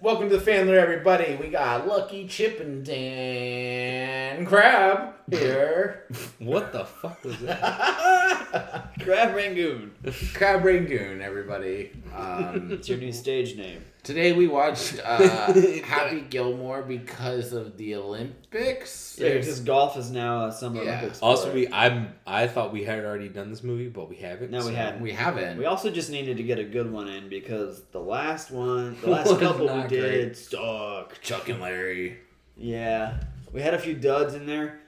Welcome to the family, everybody. We got Lucky Chip and Dan Crab here. What the fuck was that? Crab Rangoon. Crab Rangoon, everybody. Um, It's your new stage name. today we watched uh, Happy Gilmore because of the Olympics. Yeah, because golf is now a summer Yeah. Olympics. Also, sport. we I'm I thought we had already done this movie, but we haven't. No, we hadn't. We haven't. we also just needed to get a good one in because the last one, the last Was couple we not did sucked. Chuck and Larry. Yeah, we had a few duds in there,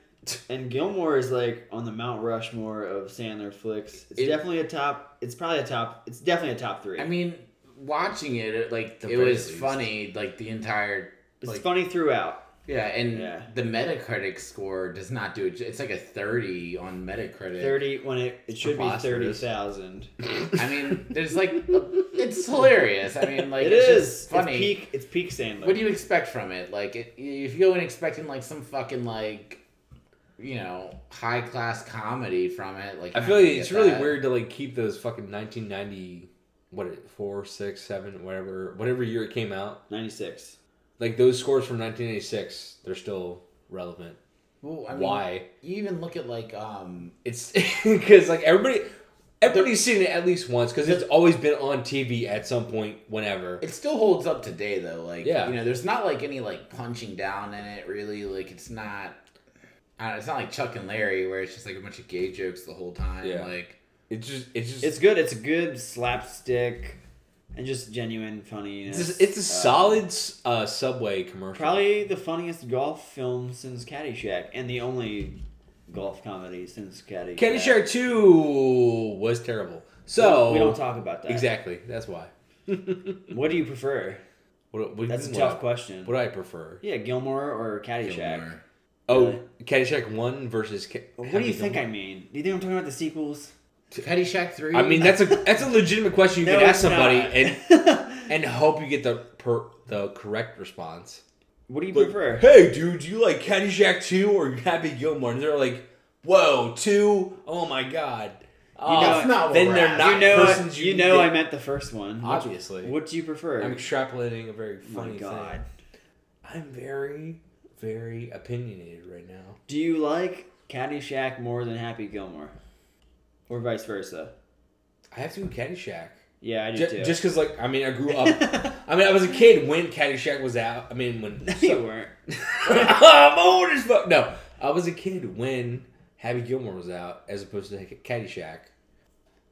and Gilmore is like on the Mount Rushmore of Sandler flicks. It's It- definitely a top. It's probably a top. It's definitely a top three. I mean, watching it, it like The it very was least. funny. Like the entire, it's like funny throughout. yeah, and Yeah. the Metacritic score does not do it. It's like a thirty on Metacritic. Thirty when it it should be Preposterous. thirty thousand. I mean, there's like, it's hilarious. I mean, like it it's is just funny. It's peak. It's peak Sandler. What do you expect from it? Like, it, if you go in expecting like some fucking like, you know, high class comedy from it, like I you're feel not like gonna it's get really that. weird to like keep those fucking 1990 what it- four six seven whatever whatever year it came out. Ninety six. Like those scores from 1986, they're still relevant. Well, I mean, Why? You even look at like um It's because like everybody. Everybody's seen it at least once because it's always been on TV at some point, whenever. It still holds up today, though. Like, Yeah. you know, there's not like any like punching down in it, really. Like, it's not. I don't know, it's not like Chuck and Larry, where it's just like a bunch of gay jokes the whole time. Yeah. Like, It's just, it's just, It's good. It's a good slapstick and just genuine funniness. it's, just- it's a Uh, solid uh, subway commercial. Probably the funniest golf film since Caddyshack, and the only golf comedy since Caddyshack. Caddyshack Two was terrible. So we don't talk about that. exactly. That's why. What do you prefer? What, what, That's a Mm, what tough I- question. What do I prefer? Yeah, Gilmore or Caddyshack. Gilmore. Oh, Caddyshack One versus. Ca- What do you think I mean? Do you think I'm talking about the sequels? Caddyshack three. I mean, that's a that's a legitimate question you No, can ask it's not. somebody and and hope you get the per, the correct response. what do you prefer? hey, dude, do you like Caddyshack Two or Happy Gilmore? And they're like, whoa, two? Oh my god. Oh, That's not what then we're they're at. not you know, persons you, know, I think- meant the first one. What- obviously. What do you prefer? I'm extrapolating a very Oh my funny God. thing. I'm very, very opinionated right now. Do you like Caddyshack more than Happy Gilmore, or vice versa? I have to go Caddyshack. Yeah, I do Ju- too. Just because, like, I mean, I grew up. I mean, I was a kid when Caddyshack was out. I mean, when you weren't. I'm old as fuck. No, I was a kid when Happy Gilmore was out, as opposed to Caddyshack,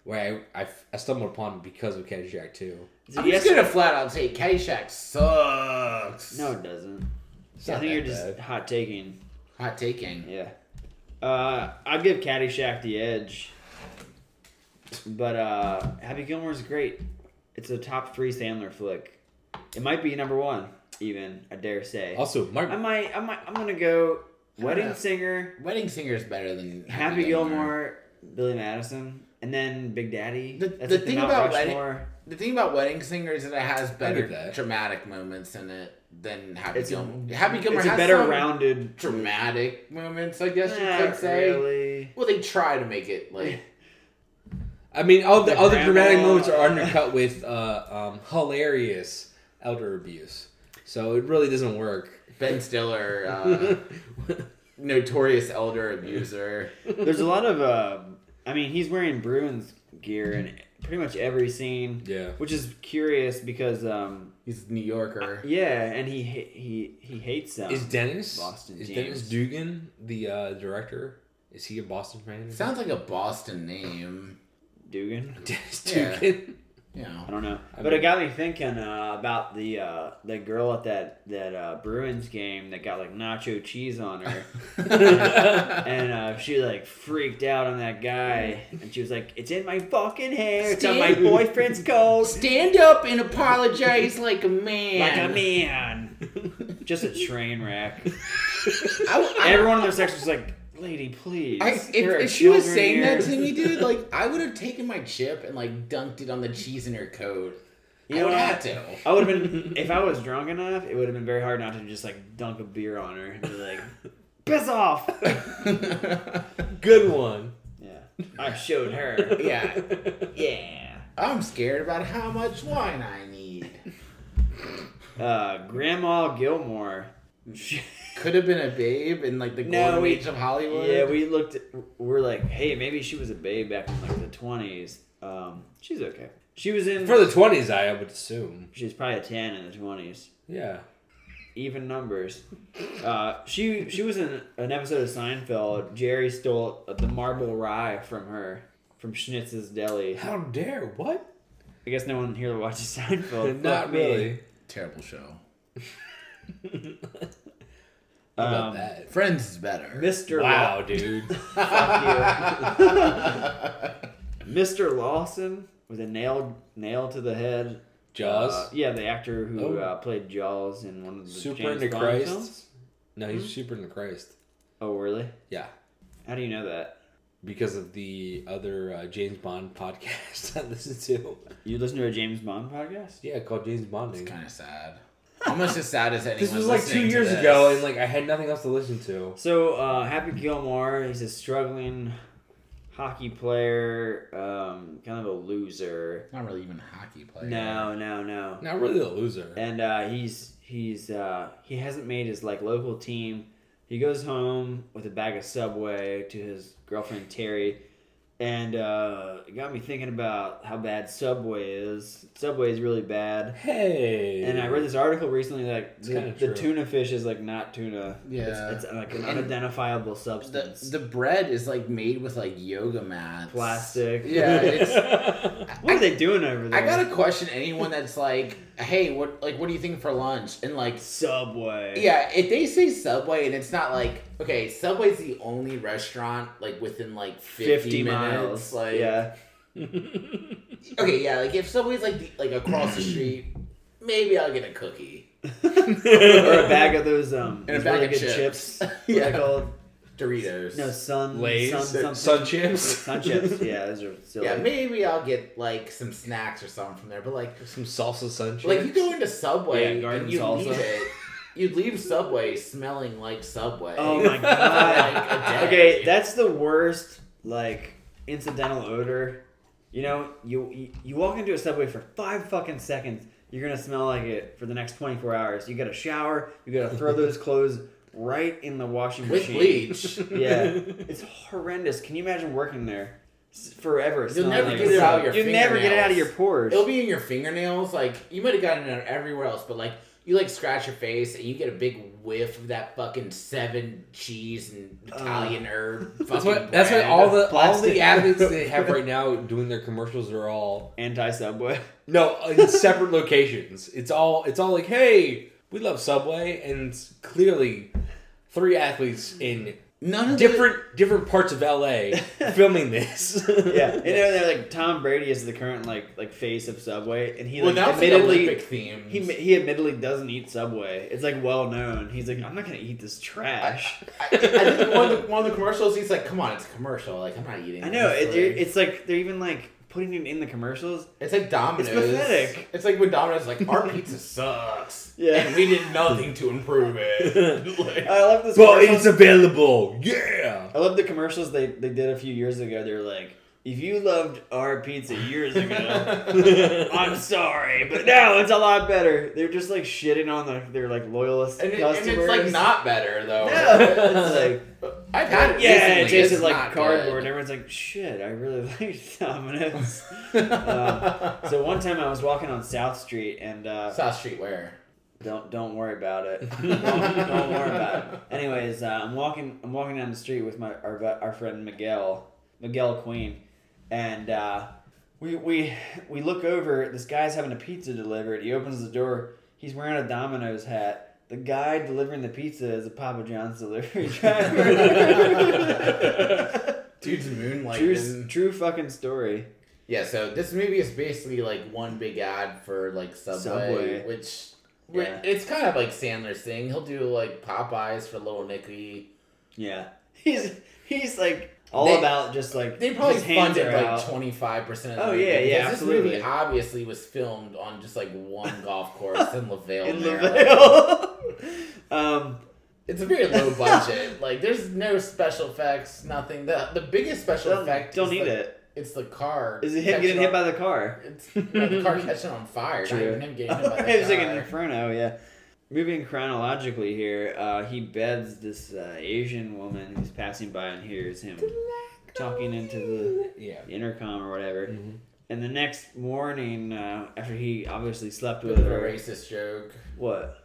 where I I, I stumbled upon it because of Caddyshack too. I'm Yes- just gonna flat out say Caddyshack sucks. No, it doesn't. It's I not think that you're just bad. hot taking. hot taking. Yeah. Uh, I'd give Caddyshack the edge, but uh, Happy Gilmore's great. It's a top three Sandler flick. It might be number one, even I dare say. Also, I Mark. might. I might. I'm gonna go. don't know. Wedding Singer, Wedding Singer is better than Happy Gilmore, Billy Madison, and then Big Daddy. The- That's the like thing Mount about Wedding- Rushmore. The thing about Wedding Singer is that it has better that. dramatic moments in it than Happy It's a- Gilmore. Happy Gilmore it's a has better some rounded. dramatic moments, I guess you Not could say. really. Well, they try to make it like I mean, all the The other dramatic grandma. moments are undercut with uh, um, hilarious elder abuse, so it really doesn't work. Ben Stiller, uh, notorious elder abuser. There's a lot of. Uh, I mean, he's wearing Bruins gear in pretty much every scene. Yeah. Which is curious because, um, He's a New Yorker. yeah, and he ha- he he hates um, them. Is Dennis Boston is James. Dennis Dugan the uh, director? Is he a Boston fan? Sounds like a Boston name. Dugan? Dennis Yeah. Dugan. You I know. don't know, I but it mean- got me thinking uh, about the uh, the girl at that that uh, Bruins game that got like nacho cheese on her. and uh, she like freaked out on that guy, and she was like, "It's in my fucking hair. It's on my Stan- boyfriend's coat. Stand up and apologize like a man. Like a man, just a train wreck." I, I- Everyone in their section was like, "Lady, please." I, if, There are if she was children saying that here." to me, dude, like I would have taken my chip and like dunked it on the cheese in her coat. You I know would what? have to. I would have been if I was drunk enough. It would have been very hard not to just like dunk a beer on her and be like, "Piss off." Good one. Yeah, I showed her. yeah, Yeah. I'm scared about how much wine I need. uh, Grandma Gilmore. She- Could have been a babe in like the No, golden we- age of Hollywood. yeah, we looked. At, we're like, hey, maybe she was a babe back in like the twenties. Um, she's okay. She was in. For the twenties, I would assume. she's probably a ten in the twenties. Yeah. Even numbers. Uh, she she was in an episode of Seinfeld. Jerry stole the marble rye from her from Schnitz's Deli. How dare what? I guess no one here watches Seinfeld. Fuck Not me. really. Terrible show. How about Um, that? Friends is better. Mr. Wow. Wow, dude. Mr. Lawson with a nail nail to the head. Jaws. Uh, yeah, the actor Oh. who uh, played Jaws in one of the Super James into Bond Christ. films. Hmm? no, he's super into Christ. Oh, really? Yeah, How do you know that? because of the other uh, James Bond podcast I listen to. You listen to a James Bond podcast? Yeah, called James Bonding. It's kind of sad. Almost as sad as anyone. this was like two listening to years this. ago, and like I had nothing else to listen to. So uh, Happy Gilmore, he's a struggling hockey player, um, kind of a loser. not really even a hockey Oh, player. No, no, no. Not really a loser. and uh, he's he's uh, he hasn't made his like local team. He goes home with a bag of Subway to his girlfriend Terry, and uh, it got me thinking about how bad Subway is. Subway is really bad. Hey. And I read this article recently that the, kinda the true. tuna fish is like not tuna. Yeah. it's, it's like an And unidentifiable The, substance. the bread is like made with like yoga mats. Plastic. Yeah, it's what are they doing over there? I gotta question anyone that's like, hey, what like what do you think for lunch? And like Subway. yeah, if they say Subway and it's not like okay, Subway's the only restaurant like within like fifty, fifty minutes. miles. Like yeah, okay, yeah, like if Subway's like the, like across the street, maybe I'll get a cookie. or a bag of those um And a those bag really of good chips. chips. Yeah. yeah, called Doritos. No, sun, Lay's, sun, something. Sun Chips. sun chips. Yeah, those are silly. yeah, maybe I'll get like some snacks or something from there, but like Some salsa sunshine. Like you go into Subway Yeah, garden and you salsa. leave it, you leave Subway smelling like Subway. oh my Like god. a okay, day. that's the worst. Like incidental odor. You know, you you- you walk into a subway for five fucking seconds. You're gonna smell like it for the next 24 hours. You gotta shower. You gotta throw those clothes right in the washing with machine. bleach. Yeah, it's horrendous. Can you imagine working there S- forever? You'll never smelling like get it out of soap. your You'll never get it out of your fingernails. pores. It'll be in your fingernails. Like you might have gotten it everywhere else, but like you like scratch your face and you get a big whiff of that fucking seven cheese and Italian herb. Fucking that's why. That's why all the all Plastic. the athletes they have right now doing their commercials are all anti subway. no in separate locations. It's all it's all like, hey, we love Subway, and it's clearly three athletes in none of different different parts of LA filming this. Yeah, you know they're like Tom Brady is the current like like face of Subway, and he The, well, like now it's like admittedly Olympic themes. he he admittedly doesn't eat Subway. It's like well known. He's like I'm not gonna eat this trash. I, I think one of, the, one of the commercials, he's like, "Come on, it's a commercial. Like I'm not eating." I know this, it, like- they're- it's like they're even like putting it in the commercials. It's like Domino's. pathetic. It's like when Domino's is like our pizza sucks. Yeah. And we did nothing to improve it. Like, I love this. But commercial- it's available. Yeah. I love the commercials they they did a few years ago. They're like. If you loved our pizza years ago, I'm sorry, but now it's a lot better. They're just like shitting on the, their like loyalist and, it, and customers. it's like not better though. No, it's like I've had it. Yeah, recently. it tasted It's like not cardboard. good. Everyone's like, shit, I really like Domino's. Um, so one time I was walking on South Street and uh, South Street where? don't don't worry about it. Don't, don't worry about it. Anyways, uh, I'm walking I'm walking down the street with my our, bu- our friend Miguel Miguel Queen, and uh, we we we look over. This guy's having a pizza delivered. He opens the door. He's wearing a Domino's hat. The guy delivering the pizza is a Papa John's delivery driver. Dude's moonlighting. True, true fucking story. Yeah, so this movie is basically like one big ad for like Subway, Subway. which Yeah. it's kind of like Sandler's thing. He'll do like Popeyes for Little Nicky. Yeah, he's he's like all They- about just like They probably his hands funded are like out. twenty five percent. of the Oh, movie yeah, yeah, because This movie absolutely. obviously was filmed on just like one golf course in Lavelle. in Maryland. Lavelle. um, It's a very low budget. like, there's no special effects, nothing. The the biggest special don't, effect. don't is, need like, it. it's the car. Is it him getting hit by the car? It's no, the car catching on fire. Not True. even him getting hit by it's like an the car. inferno, yeah. Moving chronologically here, uh, he beds this uh, Asian woman who's passing by and hears him talking into the Mm-hmm. Yeah. intercom or whatever. Mhm. And the next morning, uh, after he obviously slept Bit with of a her, racist joke. what?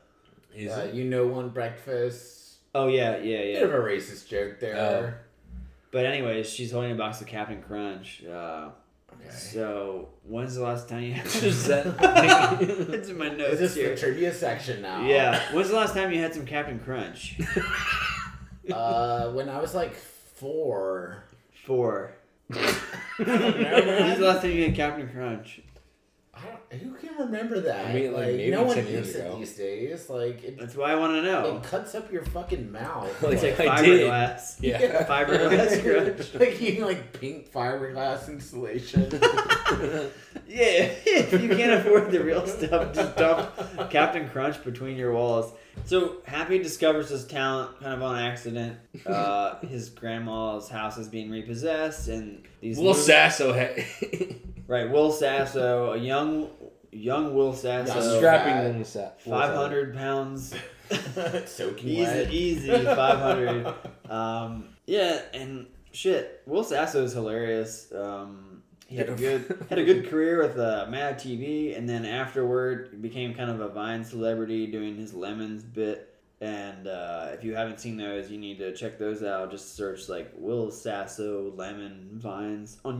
Is Uh, it? you know one breakfast. Oh yeah, yeah, yeah. Oh. Bit of a racist joke there. But anyways, she's holding a box of Captain Crunch. Uh, Okay. So when's the last time you had some? Is that- it's in my Is notes this here. the trivia section now? Yeah. When's the last time you had some Captain Crunch? Uh, when I was like four. Four. When's man. the last time you had Captain Crunch? I don't, who can remember that? I mean, like, maybe no one 10 years eats it ago. these days. Like, it, That's why I want to know. it cuts up your fucking mouth. Like, Like, It's like Oh, I did. fiberglass. yeah. Fiberglass crunch. like eating like pink fiberglass insulation. Yeah. if you can't afford the real stuff, just dump Captain Crunch between your walls. So Happy discovers his talent kind of on accident. Uh, his grandma's house is being repossessed, and these Will new- Sasso had Right, Will Sasso, a young young Will Sasso, Young strapping Will Sasso. five hundred pounds, Soaking easy, wet. easy, five hundred. Um, yeah, and shit, Will Sasso is hilarious. Um, he had a good had a good career with uh, Mad TV, and then afterward became kind of a Vine celebrity doing his lemons bit. And uh, if you haven't seen those, you need to check those out. Just search like Will Sasso lemon vines on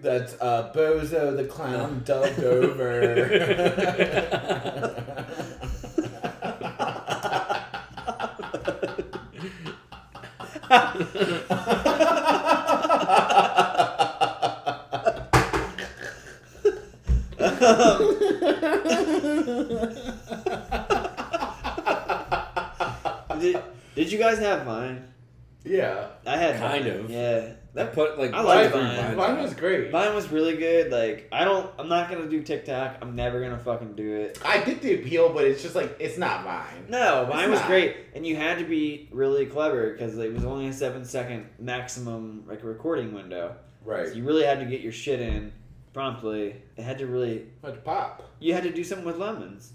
That's uh, Bozo the clown dubbed Um, did, did you guys have Vine? yeah, I had Kind Vine. of. Yeah, That put like I like every Vine. Vine- mine was great. Vine was really good. Like I don't, I'm not gonna do TikTok. I'm never gonna fucking do it. I get the appeal, but it's just like it's not mine. No, Vine was not. great, and you had to be really clever because it was only a seven second maximum like recording window. So Right, you really had to get your shit in promptly. It had to really, but pop. you had to do something with lemons,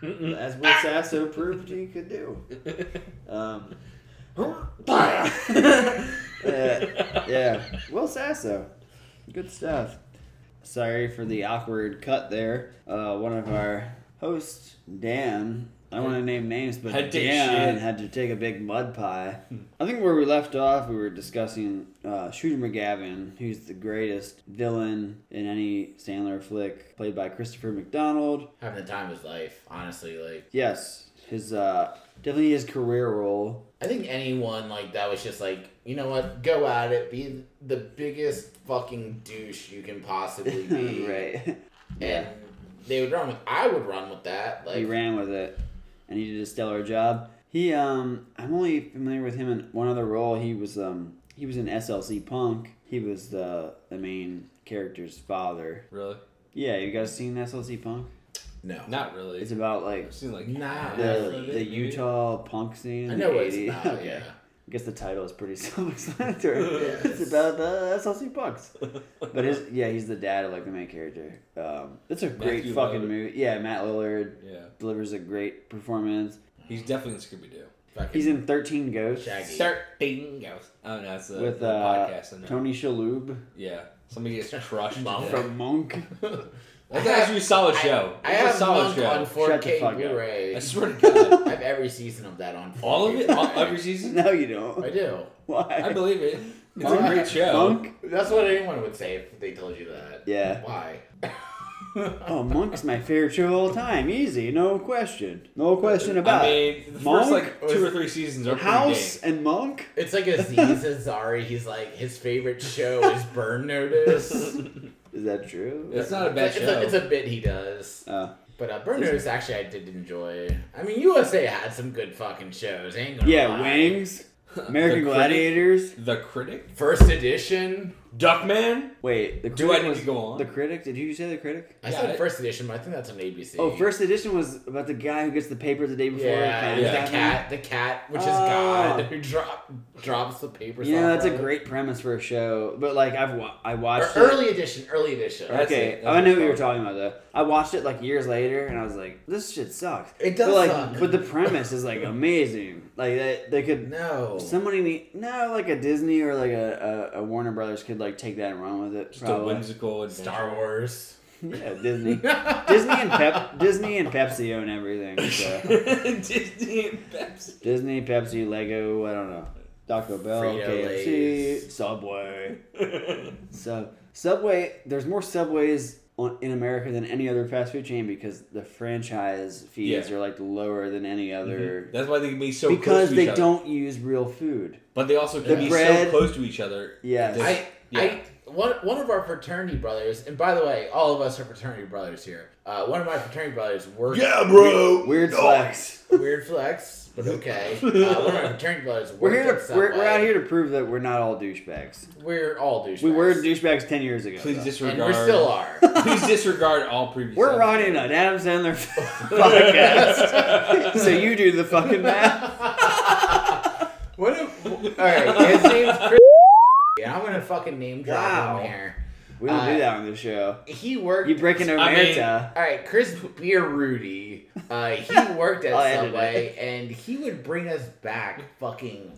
Hmm. Mm-mm. as Will Sasso proved you could do. Um, yeah, Uh, yeah. Will Sasso. Good stuff. Sorry for the awkward cut there. Uh, one of our hosts, Dan, I don't want to name names, but Had to take Dan shit. Hmm. had to take a big mud pie. I think where we left off, we were discussing uh, Shooter McGavin, who's the greatest villain in any Sandler flick, played by Christopher McDonald. Having the time of his life, honestly. Like Yes, his uh, definitely his career role. I think anyone like that was just like, you know what, go at it, be the biggest fucking douche you can possibly be. right. And they would run with I would run with that. Like he ran with it, and he did a stellar job. He, um, I'm only familiar with him in one other role. He was, um, he was in SLC Punk. He was the the main character's father. really? Yeah, you guys seen SLC Punk? No. Not really. It's about like I've seen like Nah. half of the it, the maybe. Utah punk scene. I in know the what it's 80s. about, Okay. yeah. I guess the title is pretty self-explanatory. Yes. It's about the SLC punks. But his, yeah, he's the dad of like the main character. Um, it's a great Matthew fucking Lillard. movie. Yeah, Matt Lillard Yeah, delivers a great performance. he's definitely in Scooby Doo. Fucking He's in Thirteen Ghosts. Shaggy. bingo. Oh no, it's a, with the uh, podcast. I know. Oh. Tony Shalhoub Yeah, somebody gets crushed. to Monk. death. from Monk. That's actually a solid I- show. I, That's have a solid Monk show. on Shut the 4K fuck up. Blu-ray. I swear to God, I have every season of that on 4K all of it, all, Blu-ray. every season. no, you don't. I do. Why? I believe it. It's Monk. a great show. Monk. That's what anyone would say if they told you that. Yeah. Why? Oh, Monk's my favorite show of all time. Easy, no question. No question about I it. mean, the Monk first like was- two or three seasons are House pretty and Monk. It's like Aziz Ansari. He's like his favorite show is Burn Notice. Is that true? dang. It's not a bad it's, show. a, it's a bit he does. Uh, But uh, Burn Notice actually I did enjoy. I mean USA had some good fucking shows. Ain't gonna yeah, lie. Wings, American The Critic. Gladiators. the critic. First edition. Duckman? Wait, the Do I critic need was to go on? the critic. Did you say the critic? I Yeah, said it- first edition, but I think that's on ABC. Oh, first edition was about the guy who gets the paper the day before. Yeah, and yeah. finds the out. cat, the cat, which is Oh. God, who drop drops the paper. You know, that's a somewhere. great premise for a show. But like, I've wa- I Or watched it. early edition, early edition. That's okay, it. That's I know what what you were it's talking about though. I watched it like years later, and I was like, "This shit sucks." It does but, like, suck. But the premise is like amazing. Like that, they could No, somebody need no like a Disney or like a, a, a Warner Brothers could like take that and run with it. Just a Probably. whimsical adventure. Star Wars. yeah, Disney, Disney and Pep, Disney and Pepsi own everything. So. Disney and Pepsi. Disney, Pepsi, Lego. I don't know. Taco Bell, Frito-Lays. KFC, Subway. So Subway, there's more Subways on, in America than any other fast food chain because the franchise fees Yeah. are like lower than any other That's why they can be so close because to they each other. don't use real food. But they also The can be bread- so close to each other. Yes. that- I, yeah. I, one, one of our fraternity brothers, and by the way, all of us are fraternity brothers here. Uh, one of my fraternity brothers worked. bro. Weird flex. Weird flex, but okay. Uh, one of my fraternity brothers. We're worked here at to we're, we're Subway. out here to prove that we're not all douchebags. We're all douchebags. We were douchebags ten years ago. Please though. disregard. and we still are. Please disregard all previous. we're running an Adam Sandler podcast, so you do the fucking math. What if? All right, his name's Chris. Yeah, I'm gonna fucking name drop Wow. him here. We don't Uh, do that on this show. He worked. You breaking I mean- Omerta? All right, Chris Beer Rudy. Uh, he worked I'll at edit Subway, and he would bring us back fucking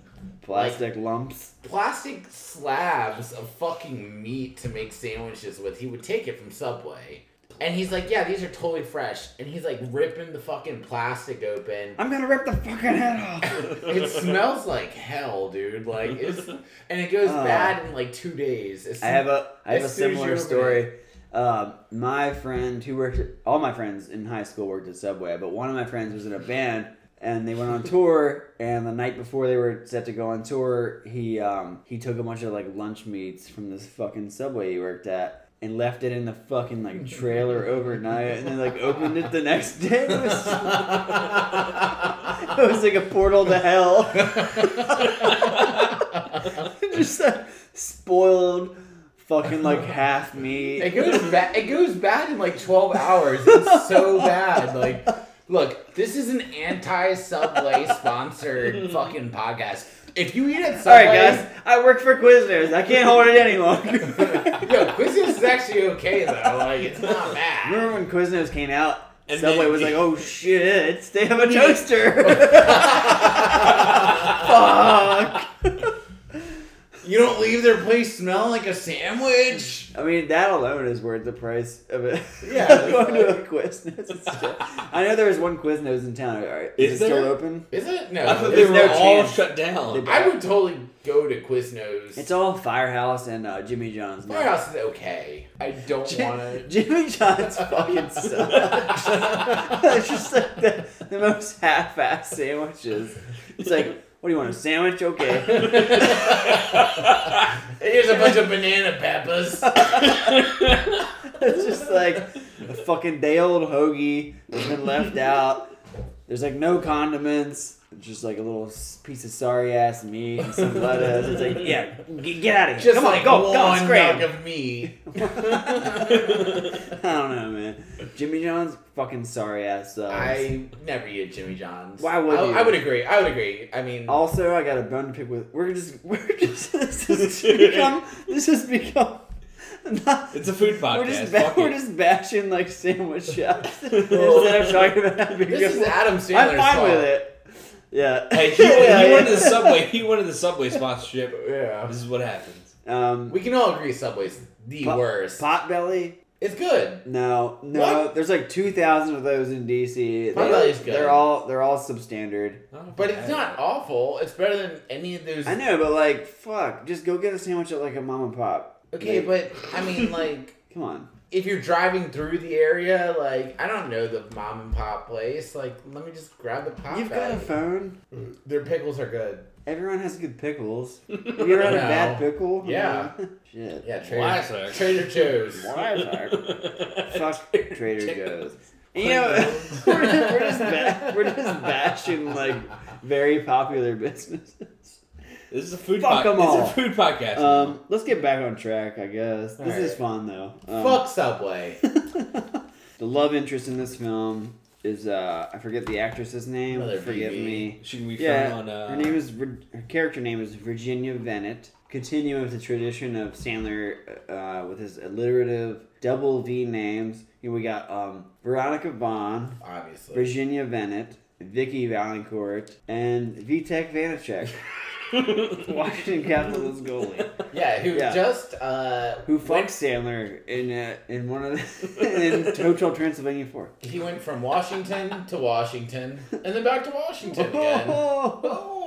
plastic lumps. plastic slabs of fucking meat to make sandwiches with. He would take it from Subway. And he's like, yeah, these are totally fresh. And he's like ripping the fucking plastic open. I'm gonna rip the fucking head off. It smells like hell, dude. Like it's and it goes Uh, bad in like two days. It's, I have a I have a As soon as you similar open it. story. Um, my friend who worked, at, all my friends in high school worked at Subway, but one of my friends was in a band, and they went on tour. And the night before they were set to go on tour, he um, he took a bunch of like lunch meats from this fucking Subway he worked at. And left it in the fucking like trailer overnight, and then like opened it the next day. It was, it was like a portal to hell. just a spoiled fucking like half It meat. goes bad. It goes bad in like twelve hours. It's so bad. Like, look, this is an anti-Subway sponsored fucking podcast. If you eat at All right, Subway, guys, I work for Quiznos. I can't hold it any longer. yo, Quiznos is actually okay though. Like, it's not bad. Remember when Quiznos came out? And Subway then- was like, "Oh shit, they have a toaster." Fuck. You don't leave their place smelling like a sandwich. I mean, that alone is worth the price of it. Yeah, going to a Quiznos. It's still- I know there was one Quiznos in town. All right, is, Is it still there? open? Is it I no? thought they it's- were no all chance. shut down. I would totally go to Quiznos. It's all Firehouse and uh, Jimmy John's. now. Firehouse is okay. I don't Jim- want to. Jimmy John's fucking sucks. it's just like the, the most half-assed sandwiches. It's like, what do you want, a sandwich? Okay. Here's a bunch of banana peppers. it's just like a fucking day-old hoagie that's been left out. There's like no condiments. It's just like a little s- piece of sorry ass meat and some lettuce. It's like, yeah, g- get out of here. Just Come like on, go, go, one scram. mug of me. I don't know, man. Jimmy John's fucking sorry ass sucks. I never eat at Jimmy John's. Why would I, you? I would agree. I would agree. I mean, Also, I got a bone to pick with. We're just, we're just. This has become. This has become. Not, It's a food podcast. we're just, ba- Fuck we're it. just bashing like sandwich shops instead of talking about having this good is one. Adam Sandler's I'm fine fault. with it. Yeah. Hey, he, Yeah, he yeah. wanted the subway. He wanted the subway sponsorship. Yeah. This is what happens. Um, We can all agree Subway's the Pot- worst. Potbelly? It's good. No, no. What? There's like two thousand of those in DC. They- Potbelly's good. They're all they're all substandard. But it's not awful. It's better than any of those. I know, but like, fuck, just go get a sandwich at like a mom and pop. Okay, Like, but I mean, like, come on. if you're driving through the area, like, I don't know the mom and pop place. Like, let me just grab the pop. You've got a bag. phone. Their pickles are good. Everyone has good pickles. Have you ever had a No. bad pickle? Yeah. Shit. Yeah, Trader, Classic. Trader Joe's. Fuck Trader Joe's. And, you Trader know, Joe's. we're, just, we're, just ba- we're just bashing like very popular businesses. This is a food. Fuck 'em all. This is a food podcast. Um, let's get back on track, I guess. This is Alright. fun though. Um, Fuck Subway. the love interest in this film is uh, I forget the actress's name. Another Forgive BB. me. Shouldn't we Yeah, film on? Uh, her name is Vir- her character name is Virginia Bennett. Continuing with the tradition of Sandler uh, with his alliterative double V names, you know, we got um, Veronica Vaughn, Obviously. Virginia Bennett, Vicky Valancourt, and Vitek Vanacek, Washington Capitals goalie, Yeah, who Yeah. just uh who fucked Sandler in uh, in one of the in Hotel Transylvania Four. he went from Washington to Washington and then back to Washington again. Oh.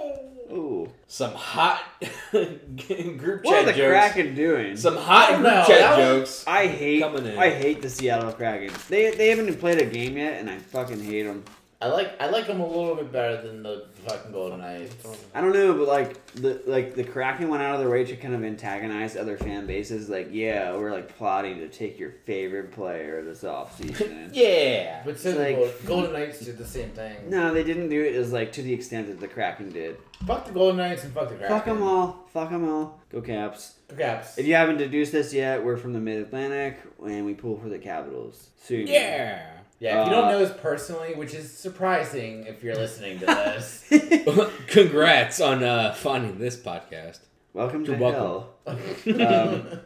Ooh. some hot group What are chat the jokes. Kraken doing? Some hot I group don't know, chat Oh, that was- jokes. I hate Coming in. I hate the Seattle Kraken. They they haven't even played a game yet, and I fucking hate them. I like I like him a little bit better than the fucking Golden Knights. I don't know, but like the like the Kraken went out of their way to kind of antagonize other fan bases. Like, yeah, we're like plotting to take your favorite player this offseason. Yeah. But so Like- the Golden- Golden Knights did the same thing. No, they didn't do it as like to the extent that the Kraken did. Fuck the Golden Knights and fuck the Kraken. Fuck them all. Fuck them all. Go Caps. Go Caps. If you haven't deduced this yet, we're from the Mid Atlantic and we pull for the Capitals soon. Yeah. yeah, if you don't Uh, know us personally, which is surprising if you're listening to this. Congrats on uh, finding this podcast. welcome to You're welcome. hell. Um,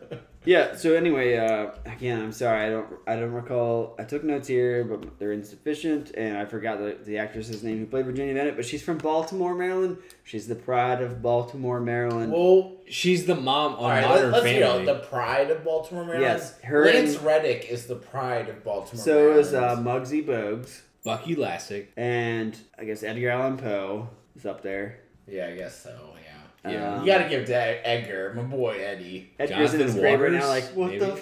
Yeah. So anyway, uh, again, I'm sorry. I don't. I don't recall. I took notes here, but they're insufficient, and I forgot the, the actress's name who played Virginia Bennett. But she's from Baltimore, Maryland. She's the pride of Baltimore, Maryland. well, She's the mom on all right, Modern let, us Family. hear it. the pride of Baltimore, Maryland. Yes, her Lance and- Reddick is the pride of Baltimore. so is uh, Maryland. Muggsy Bogues, Bucky Lassick. and I guess Edgar Allan Poe is up there. yeah, I guess so. Yeah. Yeah. Um, You gotta give to Edgar, my boy Eddie. Edgar's in his Jonathan grave right Waters, now. Like, what the maybe?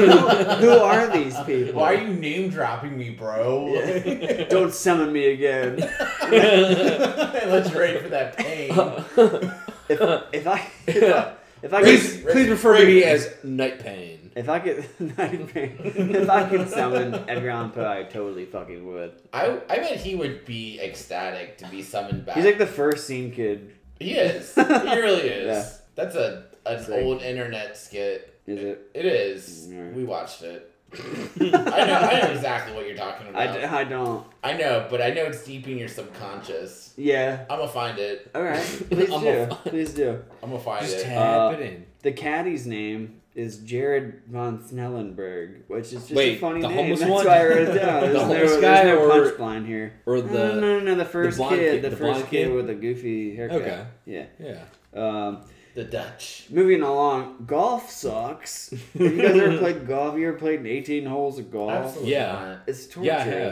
fuck? who are these people? Why are you name dropping me, bro? Yeah. Don't summon me again. Let's ready for that pain. If, if I, if I, if I could, please, please refer to me as Night Pain. If I could, nightmare. If I could summon Edgar Allan Poe, I totally fucking would. I I bet he would be ecstatic to be summoned back. He's like the first scene kid. he is. He really is. Yeah. That's a an like- old internet skit. Is it? It is. Yeah. We watched it. I know. I know exactly what you're talking I, about. d- I don't. I know, but I know it's deep in your subconscious. Yeah. I'm gonna find it. All right. Please I'm do. a- Please do. I'm gonna find Just it. tap Uh, it in. The caddy's name is Jared von Snellenberg, which is just a Wait, funny the name. homeless That's one? why I wrote it down. The There's no, homeless there's guy no or- punchline here. Or No, the no, no, no, the first blonde kid, kid- the, the first blonde kid, kid? with a goofy haircut. Okay. Yeah. yeah. Um, the Dutch. moving along, golf sucks. Have you guys ever played golf? You ever played 18 holes of golf? Absolutely Yeah. not. It's torturous. Yeah, I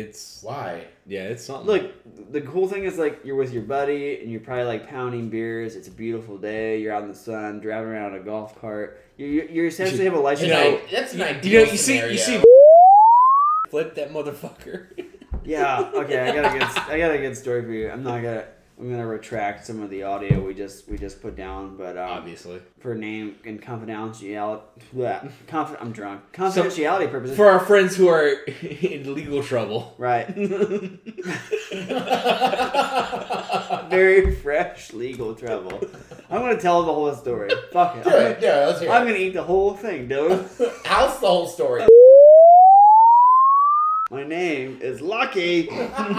have. It's Why? yeah, it's something. Look, the cool thing is like you're with your buddy and you're probably like pounding beers. It's a beautiful day. You're out in the sun, driving around on a golf cart. You you, you essentially have a life. You know- know, that's an you know, ideal you see, you see, scenario. flip that motherfucker. yeah. Okay, I got a good I got a good story for you. I'm not gonna I'm gonna retract some of the audio we just we just put down, but um, Obviously, for name and confidentiality. Yeah, conf- I'm drunk. Confidentiality purposes. for our friends who are in legal trouble. right. Dude, Very fresh legal trouble. I'm gonna tell the whole story. Fuck it. I'm gonna- yeah, let's hear I'm it. gonna eat the whole thing, dude. How's the whole story? My name is Lucky. We're-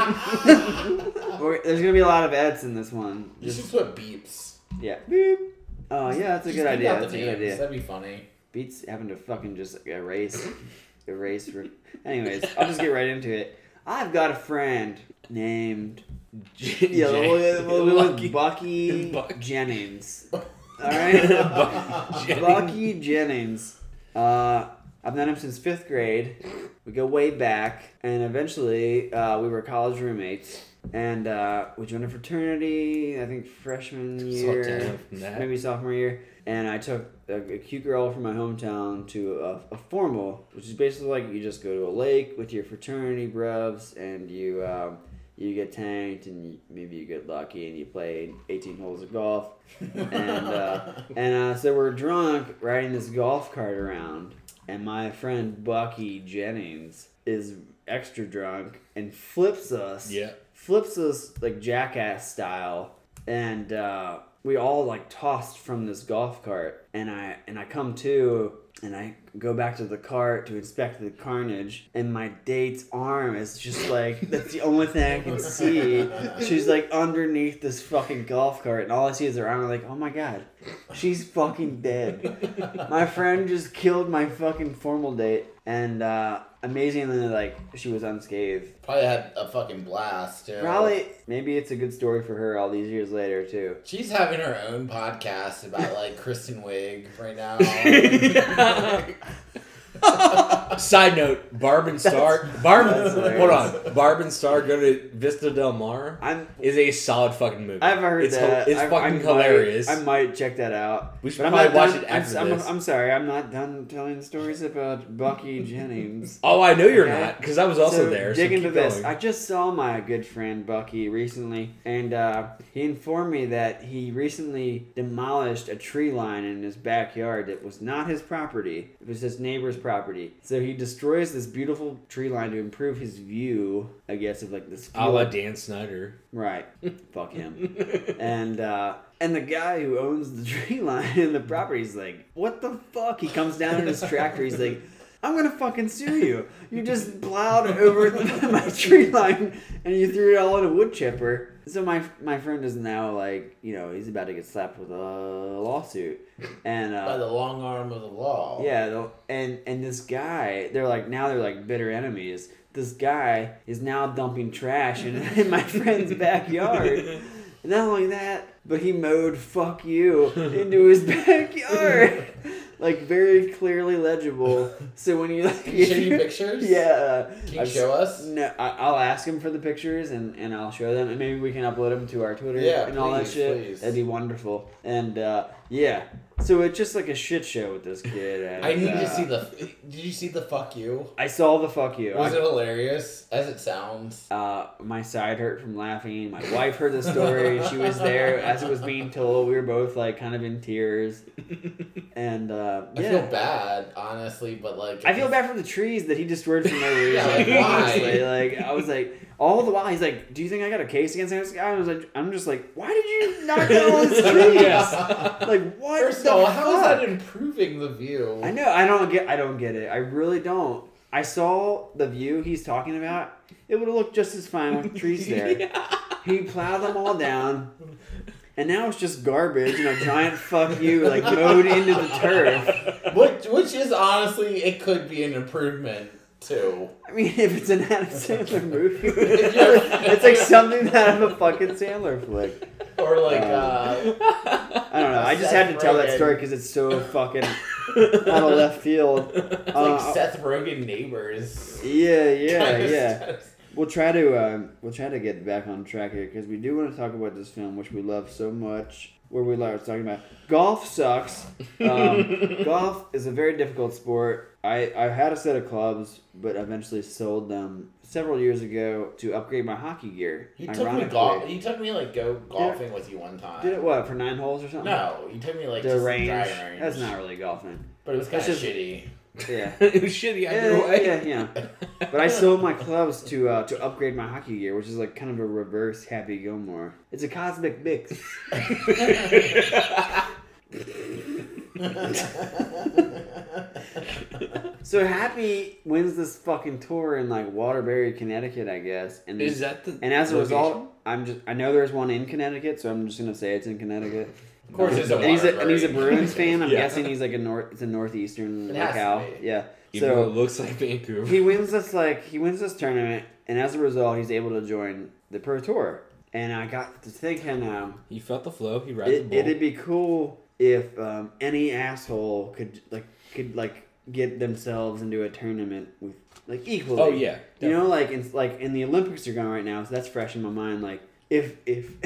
There's gonna be a lot of ads in this one. This Just is what beeps. yeah. Beep. Oh yeah, that's a good Just beep idea. out That's a the good names. idea. That'd be funny. Beats having to fucking just erase, erase. For... Anyways, I'll just get right into it. I've got a friend named J- yeah, J- we'll, we'll, Lucky. Bucky Buck- Jennings. All right. Bucky Jennings. Bucky Jennings. Uh, I've known him since fifth grade. We go way back, and eventually uh, we were college roommates. And uh, we joined a fraternity, I think freshman year, Sometime from that. maybe sophomore year. And I took a, a cute girl from my hometown to a, a formal, which is basically like you just go to a lake with your fraternity brevs, and you um, you get tanked, and you, maybe you get lucky, and you play 18 holes of golf and uh, and uh, so we're drunk riding this golf cart around, and my friend Bucky Jennings is extra drunk and flips us. Yeah. Flips us like jackass style and uh, we all like tossed from this golf cart and i and i come to and i go back to the cart to inspect the carnage and my date's arm is just like that's the only thing i can see she's like underneath this fucking golf cart and all i see is her arm I'm like oh my god she's fucking dead my friend just killed my fucking formal date and uh amazingly like she was unscathed Probably had a fucking blast. Too. probably maybe it's a good story for her all these years later too She's having her own podcast about like Kristen Wiig right now. Side note: Barb and Star. Barb. that's hilarious. Hold on. Barb and Star go to Vista Del Mar. i'm Is a solid fucking movie. I've heard it's, hil- that. It's I- fucking I might- hilarious. I might check that out. we should But I'm probably not watch done- it after I'm, this. I'm, I'm sorry, I'm not done telling stories about Bucky Jennings. oh, I know you're Okay. not because I was also so there. Dig so into keep this. going. I just saw my good friend Bucky recently, and uh, he informed me that he recently demolished a tree line in his backyard that was not his property. It was his neighbor's property. So he destroys this beautiful tree line to improve his view, I guess, of like this. a la field. Dan Snyder. Right. Fuck him. And uh and the guy who owns the tree line and the property's like, what the fuck? He comes down in his tractor, he's like, I'm gonna fucking sue you. You just plowed over the, my tree line and you threw it all in a wood chipper. So my my friend is now like, you know, he's about to get slapped with a lawsuit. And uh By the long arm of the law. yeah, the- and and this guy, they're like now they're like bitter enemies. This guy is now dumping trash in, in my friend's backyard. And not only that, but he mowed "fuck you" into his backyard, like very clearly legible. So when you like, Can you show you pictures? yeah, Can you I've- show us? No, I, I'll ask him for the pictures and, and I'll show them and maybe we can upload them to our Twitter Yeah, and all that please, shit. please. That'd be wonderful. And uh, yeah, so it's just like a shit show with this kid. And, I need uh, to see the. Did you see the fuck you? I saw the fuck you. Was I- it hilarious as it sounds? uh, my side hurt from laughing. My wife heard the story. She was there as it was being told. We were both like kind of in tears. And uh, I yeah. feel bad, honestly, but like I feel bad for the trees that he destroyed for no reason. Yeah, like, like, why? honestly, like I was like, all the while he's like, "Do you think I got a case against this guy?" I was like, "I'm just like, why did you knock down all these trees? Like, what? First of the all, fuck? how is that improving the view? I know. I don't get. I don't get it. I really don't. I saw the view he's talking about. It would have looked just as fine with trees there. He plowed them all down, and now it's just garbage and a giant fuck you like mowed into the turf. Which, which is honestly, it could be an improvement too. I mean, if it's an Adam Sandler movie, Yeah. it's like something out of a fucking Sandler flick. Or like, Um, uh, I don't know. I just had to tell that story because it's so fucking out of left field. it's Uh, like Seth Rogen neighbors. yeah, yeah, yeah. We'll try to um, we'll try to get back on track here because we do want to talk about this film, which we love so much. Where we love talking about golf sucks. Um, golf is a very difficult sport. I I had a set of clubs, but eventually sold them several years ago to upgrade my hockey gear. You took me ironically. golf. You took me like go golfing with you one time. Did it what for nine holes or something? No, you took me like the just range. driving range. That's not really golfing. But it was kind that's of just- shitty. Yeah. it was shitty either Yeah, way. yeah, yeah. But I sold my clubs to uh, to upgrade my hockey gear, which is like kind of a reverse Happy Gilmore. It's a cosmic mix. So Happy wins this fucking tour in like Waterbury, Connecticut, I guess. And Is that the and as a location? result, I'm just I know there's one in Connecticut, so I'm just gonna say it's in Connecticut. Of course, it's a And he's a, and he's a Waterbury. Bruins fan. I'm Yeah. guessing he's like a north. It's a northeastern It has to locale. be. Yeah. even though it So looks like Vancouver. he wins this like he wins this tournament, and as a result, he's able to join the pro tour. And I got to thinking, um, He felt the flow. He rides the it, bull. it'd be cool if um, any asshole could like could like get themselves into a tournament with like equally. oh yeah, You know, like in like in the Olympics are going right now, so that's fresh in my mind. Like if if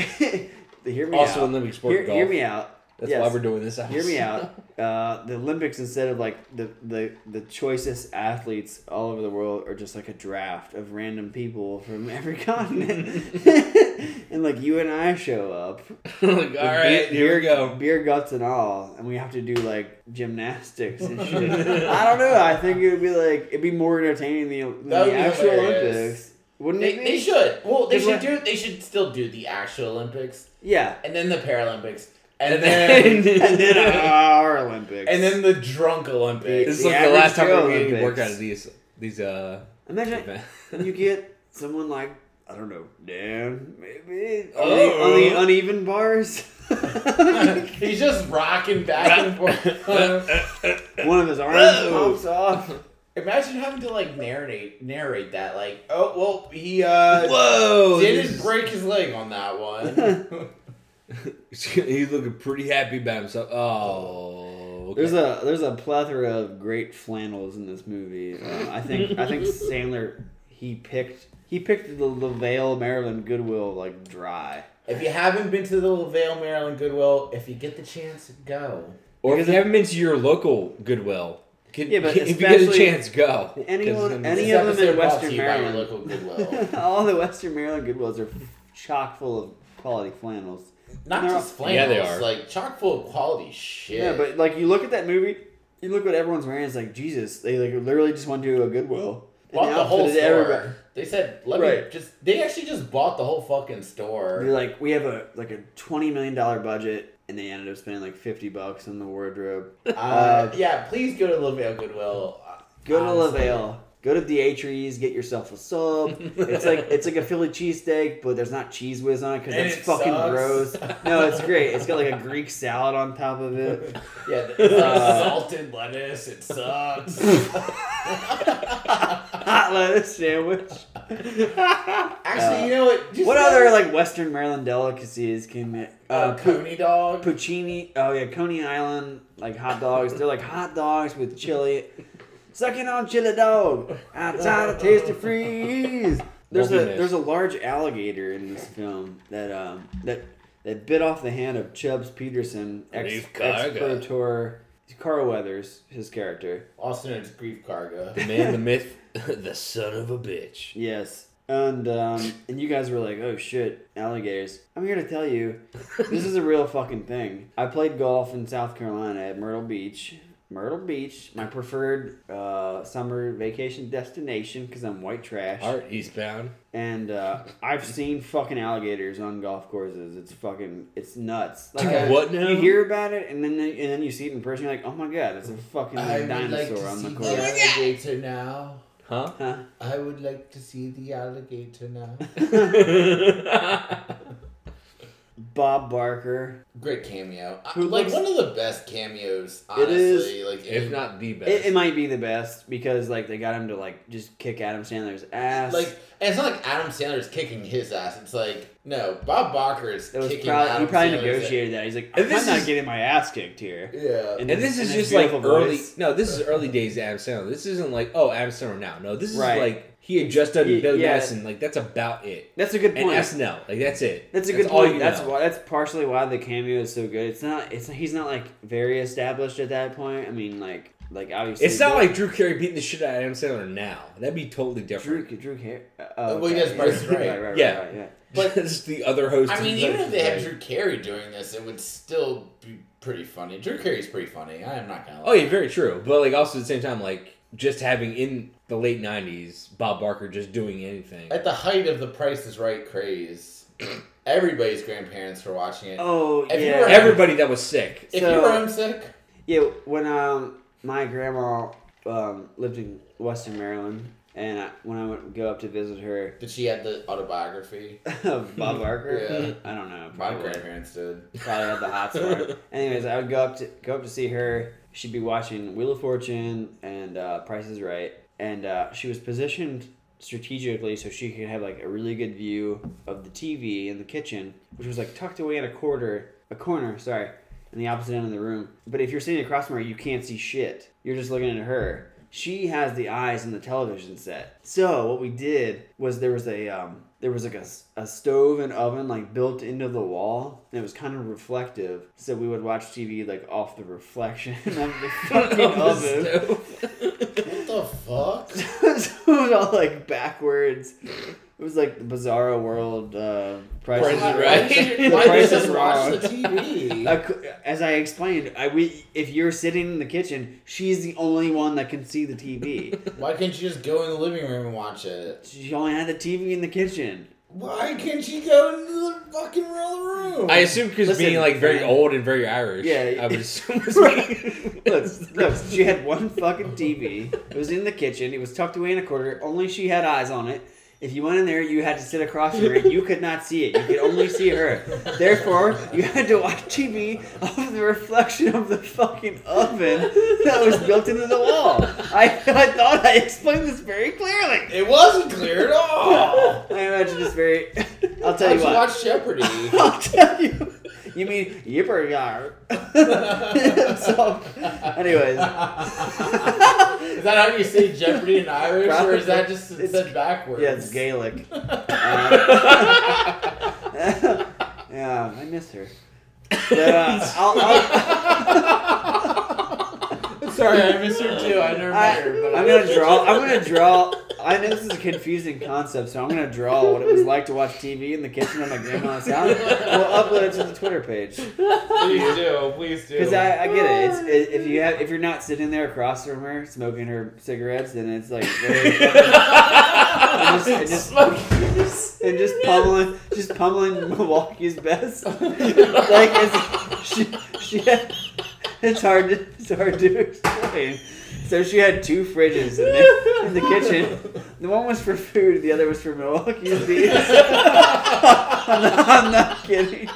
hear me also out. an Olympic sport hear, golf. hear me out. That's Yes. why we're doing this. Hear me out. Uh, the Olympics, instead of like the, the the choicest athletes all over the world, are just like a draft of random people from every continent, and like you and I show up, like, all with right, beer- here we go. beer guts and all, and we have to do like gymnastics and shit. I don't know. I think it would be like it'd be more entertaining than the, than That would the be actual hilarious. Olympics. Wouldn't They, it be? they should. Well, they Good should luck. do. They should still do the actual Olympics Yeah. and then the Paralympics and, And then, then- And then our Olympics. and then the drunk Olympics. This is The like the average last time Joe we're getting Olympics. work out of these these uh imagine events. you get someone like I don't know, Dan, maybe on, the, Oh. on the uneven bars. He's just rocking back and forth. One of his arms Oh. pops off. Imagine having to like narrate narrate that. Like, oh well, he uh, Whoa! didn't break his leg on that one. He's looking pretty happy about himself. Oh, okay. There's a there's a plethora of great flannels in this movie. Uh, I think I think Sandler he picked he picked the Lavale Maryland Goodwill like dry. if you haven't been to the Lavale Maryland Goodwill, if you get the chance, go. or if because you it- haven't been to your local Goodwill, can, Yeah, but if you get a especially- chance, go. 'Cause, Anyone- I mean, any This of them in episode brought Western to you by your Maryland. Local Goodwill. All the Western Maryland Goodwills are chock full of quality flannels. Not They're- just flannels, Yeah, they are. like chock full of quality shit. Yeah, but like you look at that movie, you look what everyone's wearing. It's like Jesus, they like literally just want to do a Goodwill. And bought the outfit whole is store. everybody- They said, "Let me Right. just." They actually just bought the whole fucking store. You're like, we have a like a twenty million dollar budget, and they ended up spending like fifty bucks on the wardrobe. Uh, yeah, please go to Lavelle Goodwill. Uh, Go to Honestly. Lavelle. Go to Dietri's. Get yourself a sub. It's like it's like a Philly cheesesteak, but there's not cheese whiz on it because And that's it fucking sucks. gross. No, it's great. It's got like a Greek salad on top of it. Yeah, th- it's like Uh, salted lettuce. It sucks. Hot lettuce sandwich. actually, you know what? Just What go- other like Western Maryland delicacies can ma- uh, uh, pu- Coney dog? Puccini? Oh yeah, Coney Island like hot dogs. They're like hot dogs with chili. Sucking on chili dog outside of Tasty Freeze. There's Won't be a missed. there's a large alligator in this film that um that that bit off the hand of Chubbs Peterson, ex Reef Karga. protor Carl Weathers, his character. Also known as grief cargo. the man, the myth, the son of a bitch. Yes. And um and you guys were like, oh shit, alligators. I'm here to tell you, this is a real fucking thing. I played golf in South Carolina at Myrtle Beach. Myrtle Beach, my preferred uh, summer vacation destination because I'm white trash. Art eastbound. and uh, I've seen fucking alligators on golf courses. It's fucking, it's nuts. Like, Dude, I- what now? You hear about it, and then and then you see it in person. You're like, oh my god, it's a fucking I would like dinosaur to on see the the course. alligator now. Huh? Huh? I would like to see the alligator now. Bob Barker. Great cameo. I- Who like looks- one of the best cameos. It Honestly, is. like if in- not the best. It, it might be the best because like they got him to like just kick Adam Sandler's ass. Like and it's not like Adam Sandler's kicking his ass. It's like no, Bob Barker is that was kicking probably Adam he probably Sandler's negotiated that. He's like, And I'm this not is- getting my ass kicked here. ass. Yeah, And and this is his- and his just like beautiful early. voice. No, this is early days Adam Sandler. This isn't like oh Adam Sandler now. No, this is Right. like he had just done Y- Billy yeah. Madison. Like that's about it. That's a good And point. SNL, like that's it. That's a good all point. you that's know. why. That's partially why the cameo is so good. It's not. It's he's not like very established at that point. I mean, like like obviously. It's not Bill- like Drew Carey beating the shit out of Adam Sandler now. That'd be totally Drew different. Drew Carey. Well, he does Price is Right. right, right, Yeah. right, yeah. But it's the other host. I of mean, the even if they had Right. Drew Carey doing this, it would still be pretty funny. Drew Carey's pretty funny. I am not gonna. Lie. Oh yeah, very true. But like also at the same time, like just having in the late '90s Bob Barker just doing anything. At the height of the Price is Right craze, everybody's grandparents were watching it. Oh If you yeah. were- Everybody that was sick. if you so- were homesick, Yeah, when um my grandma um lived in Western Maryland, and I, when I would go up to visit her, did she have the autobiography? of Bob Barker, Yeah. I don't know, My probably grandparents did. probably had the hot spot. Anyways, I would go up to go up to see her. She'd be watching Wheel of Fortune and uh, Price is Right, and uh, she was positioned strategically so she could have like a really good view of the TV in the kitchen, which was like tucked away in a quarter, a corner, sorry, in the opposite end of the room. But if you're sitting across from her, you can't see shit. You're just looking at her. She has the eyes in the television set. So what we did was there was a um, there was like a, s- a stove and oven like built into the wall, and it was kind of reflective. So we would watch TV like off the reflection of the fucking Of oven. the stove. What the fuck? so it was all like backwards. It was like the Bizarro World uh, Price Price is is Right. Right. The Why Price didn't is you watch Wrong. the TV? I cou- as I explained, I we if you're sitting in the kitchen, she's the only one that can see the TV. Why can't you just go in the living room and watch it? she only had the TV in the kitchen. Why can't you go into the fucking real room? I assume because Listen, being like very man. old and very Irish. Yeah. I would assume. Was look, look, she had one fucking TV. It was in the kitchen. It was tucked away in a corner. Only she had eyes on it. If you went in there, you had to sit across from her. You could not see it. You could only see her. Therefore, you had to watch TV of the reflection of the fucking oven that was built into the wall. I, I thought I explained this very clearly. It wasn't clear at all. I imagine it's very. I'll tell I you just what. watched Jeopardy. I'll tell you. You mean yipper yar? so, anyways, is that how you say Jeopardy in Irish, or is that just Probably. said backwards? yeah, it's Gaelic. Uh, yeah, I miss her. But, uh, I'll, I'll, Sorry, I miss her too. I never I, met her. But I'm gonna draw. I'm gonna draw. I know this is a confusing concept, so I'm gonna draw what it was like to watch TV in the kitchen of my grandma's house. We'll upload it to the Twitter page. Please do, please do. Because I, I get it. It's, it. If you have, if you're not sitting there across from her smoking her cigarettes, then it's like and just, and just, and just pummeling, just pummeling Milwaukee's best. like it's, she, she had, it's hard to, it's hard to explain. So she had two fridges in the, in the kitchen. The one was for food, the other was for Milwaukee's beers. I'm, not, I'm not kidding.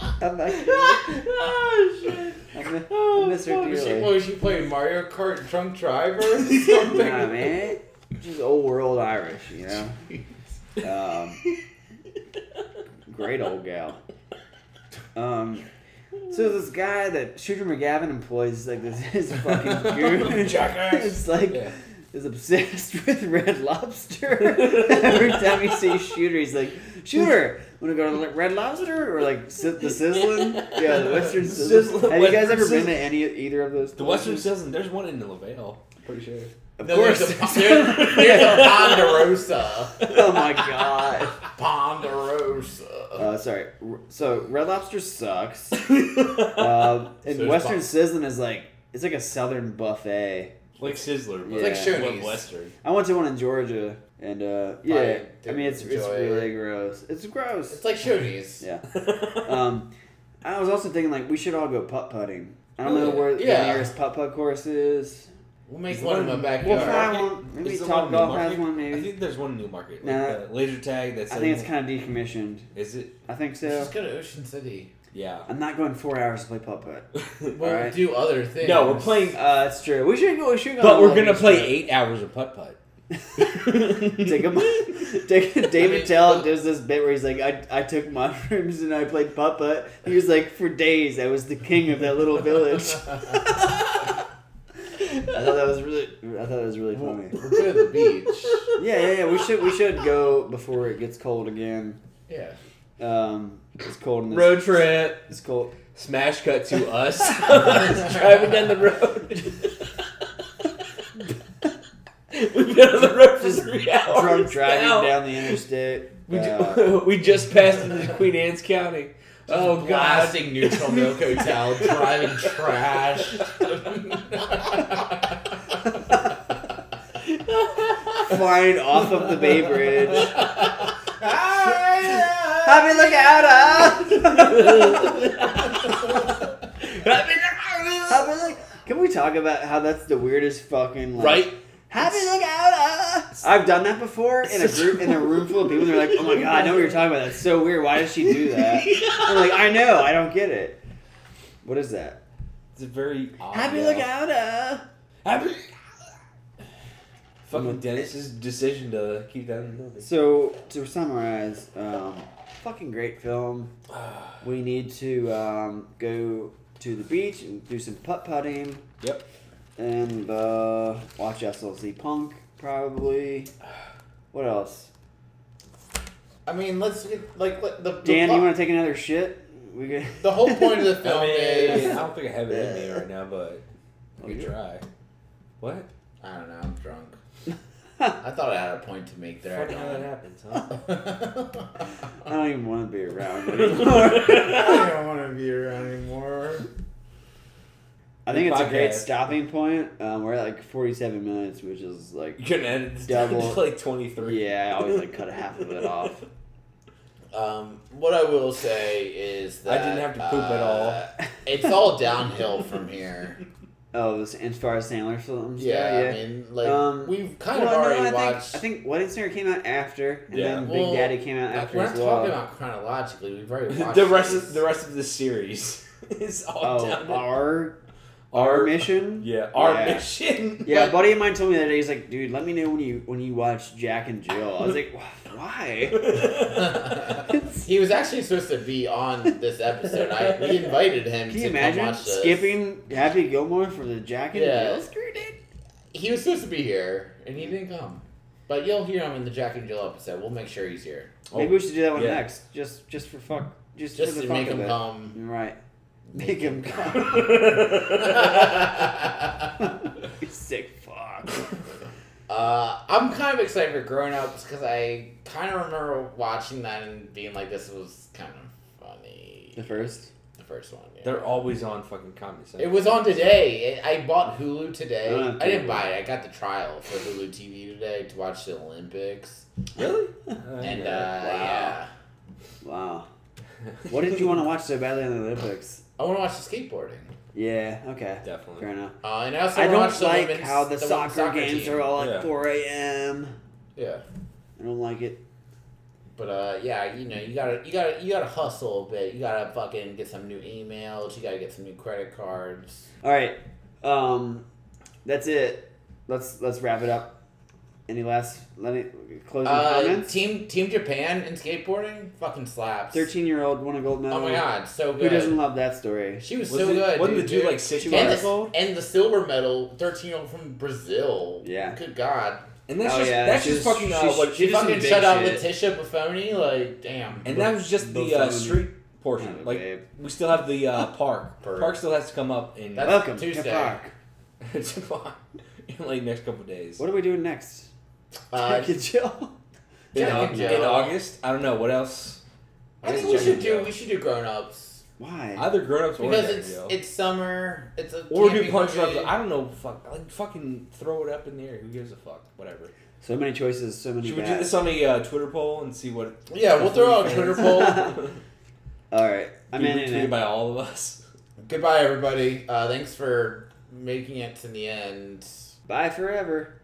I'm not kidding. oh shit! I mi- I Oh, miss her fuck. Was she, dearly. what, was she playing Mario Kart Drunk Driver or something? Nah, man. She's old world Irish, you know? Um, great old gal. Um, so this guy that Shooter McGavin employs, like this is fucking dude. Jackass. It's like Yeah. is obsessed with Red Lobster. Every time you see Shooter, he's like, Shooter, want to go to like, Red Lobster or like si- the Sizzlin? Yeah, the Western Sizzlin. Sizzlin- Have you guys Western ever been Sizzlin. to any either of those? the Western places? Sizzling. There's one in Lavelle. Pretty sure. Of No, course. there's a, there's, there's a Ponderosa. oh my god. Ponderosa. Uh, sorry. R- So Red Lobster sucks. Um, and there's Western pop- Sizzlin is like it's like a southern buffet. like Sizzler. It's like but Shoney's. Western. I went to one in Georgia, and uh, yeah, I didn't mean it's it's enjoy it. really gross. It's gross. It's like Shoney's. Yeah. Um, I was also thinking like we should all go putt putting. I don't know Yeah. where Yeah. the nearest putt putt course is. We'll make Is one in the my one- We'll backyard. find one. Maybe Is there one Top in Golf Newmarket? has one. I Maybe. think there's one in Newmarket. Like Nah. the laser tag. That's. I think it's kind of decommissioned. Is it? I think Let's so. Just go to Ocean City. Yeah. I'm not going four hours to play putt putt. We'll Alright. do other things. No, we're playing. Uh, that's true. We should go. We should go. on But a we're little gonna beach play trip. eight hours of putt putt. take a mu- take David Tell does this bit where he's like, I, I took mushrooms and I played Papa. He was like, for days I was the king of that little village. I thought that was really, I thought that was really funny. We're going to the beach. Yeah, yeah, yeah. We should, we should go before it gets cold again. Yeah. Um, it's cold in this. Road trip. It's cold. Smash cut to us driving down the road. We've been on the road for Just three hours. Drunk driving now. down the interstate. Oh, We, ju- Uh, we just passed into Queen Anne's County. oh god! Blasting Neutral Milk Hotel, driving trash. flying off of the Bay Bridge. Ah, Happy look out! uh! Happy look. Can we talk about how that's the weirdest fucking like, right? Happy look out! uh! I've done that before in a group in a room full of people. They're like, "Oh my god, I know what you're talking about. That's so weird. Why does she do that?" I'm like, "I know. I don't get it. What is that?" It's a very odd Happy yell. look out! uh! Happy. Fucking Dennis's decision to keep that in the movie. So to summarize, um, fucking great film. We need to um, go to the beach and do some putt putting. Yep. And uh, watch SLC Punk probably. What else? I mean, let's get, like, let- the, the, Dan, you plot- want to take another shit? We could... the whole point of the film I is. mean, I don't think I have it in me right now, but we Okay. try. What? I don't know, I'm drunk. I thought I had a point to make there. I Funny how that don't. happens, huh? I don't even want to be around anymore. I don't want to be around anymore. I think it's a great Podcast. stopping point. Um, we're at like 47 minutes, which is like. You're gonna edit this Double. down to like 23. Yeah, I always like cut half of it off. Um, what I will say is I that didn't have to poop at all. uh, it's all downhill from here. Oh, this, as far as Sandler films, go, Yeah, I mean, like Um, we've kind Well, of no, already I watched. Think, I think Wedding Singer came out after, and Yeah. then Well, Big Daddy came out Like, after we're not as well. talking about chronologically. We've already watched the rest these. of the rest of the series is all down oh, to our our mission. Yeah, our Yeah. mission. Yeah, a Like, buddy of mine told me that day. He's like, "Dude, let me know when you when you watch Jack and Jill." I was like, "Wh- "Why?" It's- he was actually supposed to be on this episode. I we invited him Can to you come imagine watch this. skipping Happy Gilmore for the Jack and Yeah. Jill screen? He was supposed to be here, and he didn't come. But you'll hear him in the Jack and Jill episode. We'll make sure he's here, Maybe we should do that one yeah. next, just just for fuck, just just for the to fuck make of him it. come. Right, make him come. uh, You sick fuck. I'm kind of excited for Grown Ups because I kind of remember watching that and being like, "This was kind of The funny." first. The first one. yeah. They're always on fucking Comedy It Central. was on today. I I bought Hulu today. Oh, okay. I didn't buy it. I got the trial for Hulu TV today to watch the Olympics. really? And uh, Oh, Wow. yeah, Wow. What did you want to watch so badly in the Olympics? I want to watch the skateboarding. Yeah. Okay. Definitely. Fair enough. Uh, and I also I wanna don't watch the like women's- how the, women's soccer, games team. are all at Yeah. 4 a.m. Yeah, I don't like it. but uh, yeah, you know, you gotta, you gotta, you gotta hustle a bit. You gotta fucking get some new emails. You gotta get some new credit cards. All right. Um, that's it. Let's let's wrap it up. Any last let me closing Uh, comments? team Team Japan in skateboarding fucking slaps. Thirteen year old won a gold medal. Oh my god, so Who good. doesn't love that story? She was, Was so it- good. What did dude, it do? dude. Like six and years the, old? and the silver medal, 13 year old from Brazil. Yeah. Good God. And that's Oh, just yeah, that's she's- just fucking uh, she's- what she She just fucking did shut out shit. Letitia Buffoni. Like, damn. and that was just the uh, Buffon. street portion. Oh, like babe. we still have the uh, park. Bird. Park still has to come up in That's Welcome Tuesday. to Park. it's fine. in like next couple days. What are we doing next? Uh, Jack and Jill. in, Jack Au- and Jill. in August? I don't know what else. I think Yes, we Jack should and do Jill. we should do grown ups Why? Either grown ups or because Jack and it's Jill. it's summer. It's a or do camping punch it up. movie. the- I don't know. Fuck. Like fucking throw it up in the air. Who gives a fuck? Whatever. So many choices. So many. Should we do bad. this on a uh, Twitter poll and see what? yeah, we'll throw out a Twitter poll. All right. I'm Be in retweeted it. by all of us. Goodbye, everybody. Uh, thanks for making it to the end. Bye forever.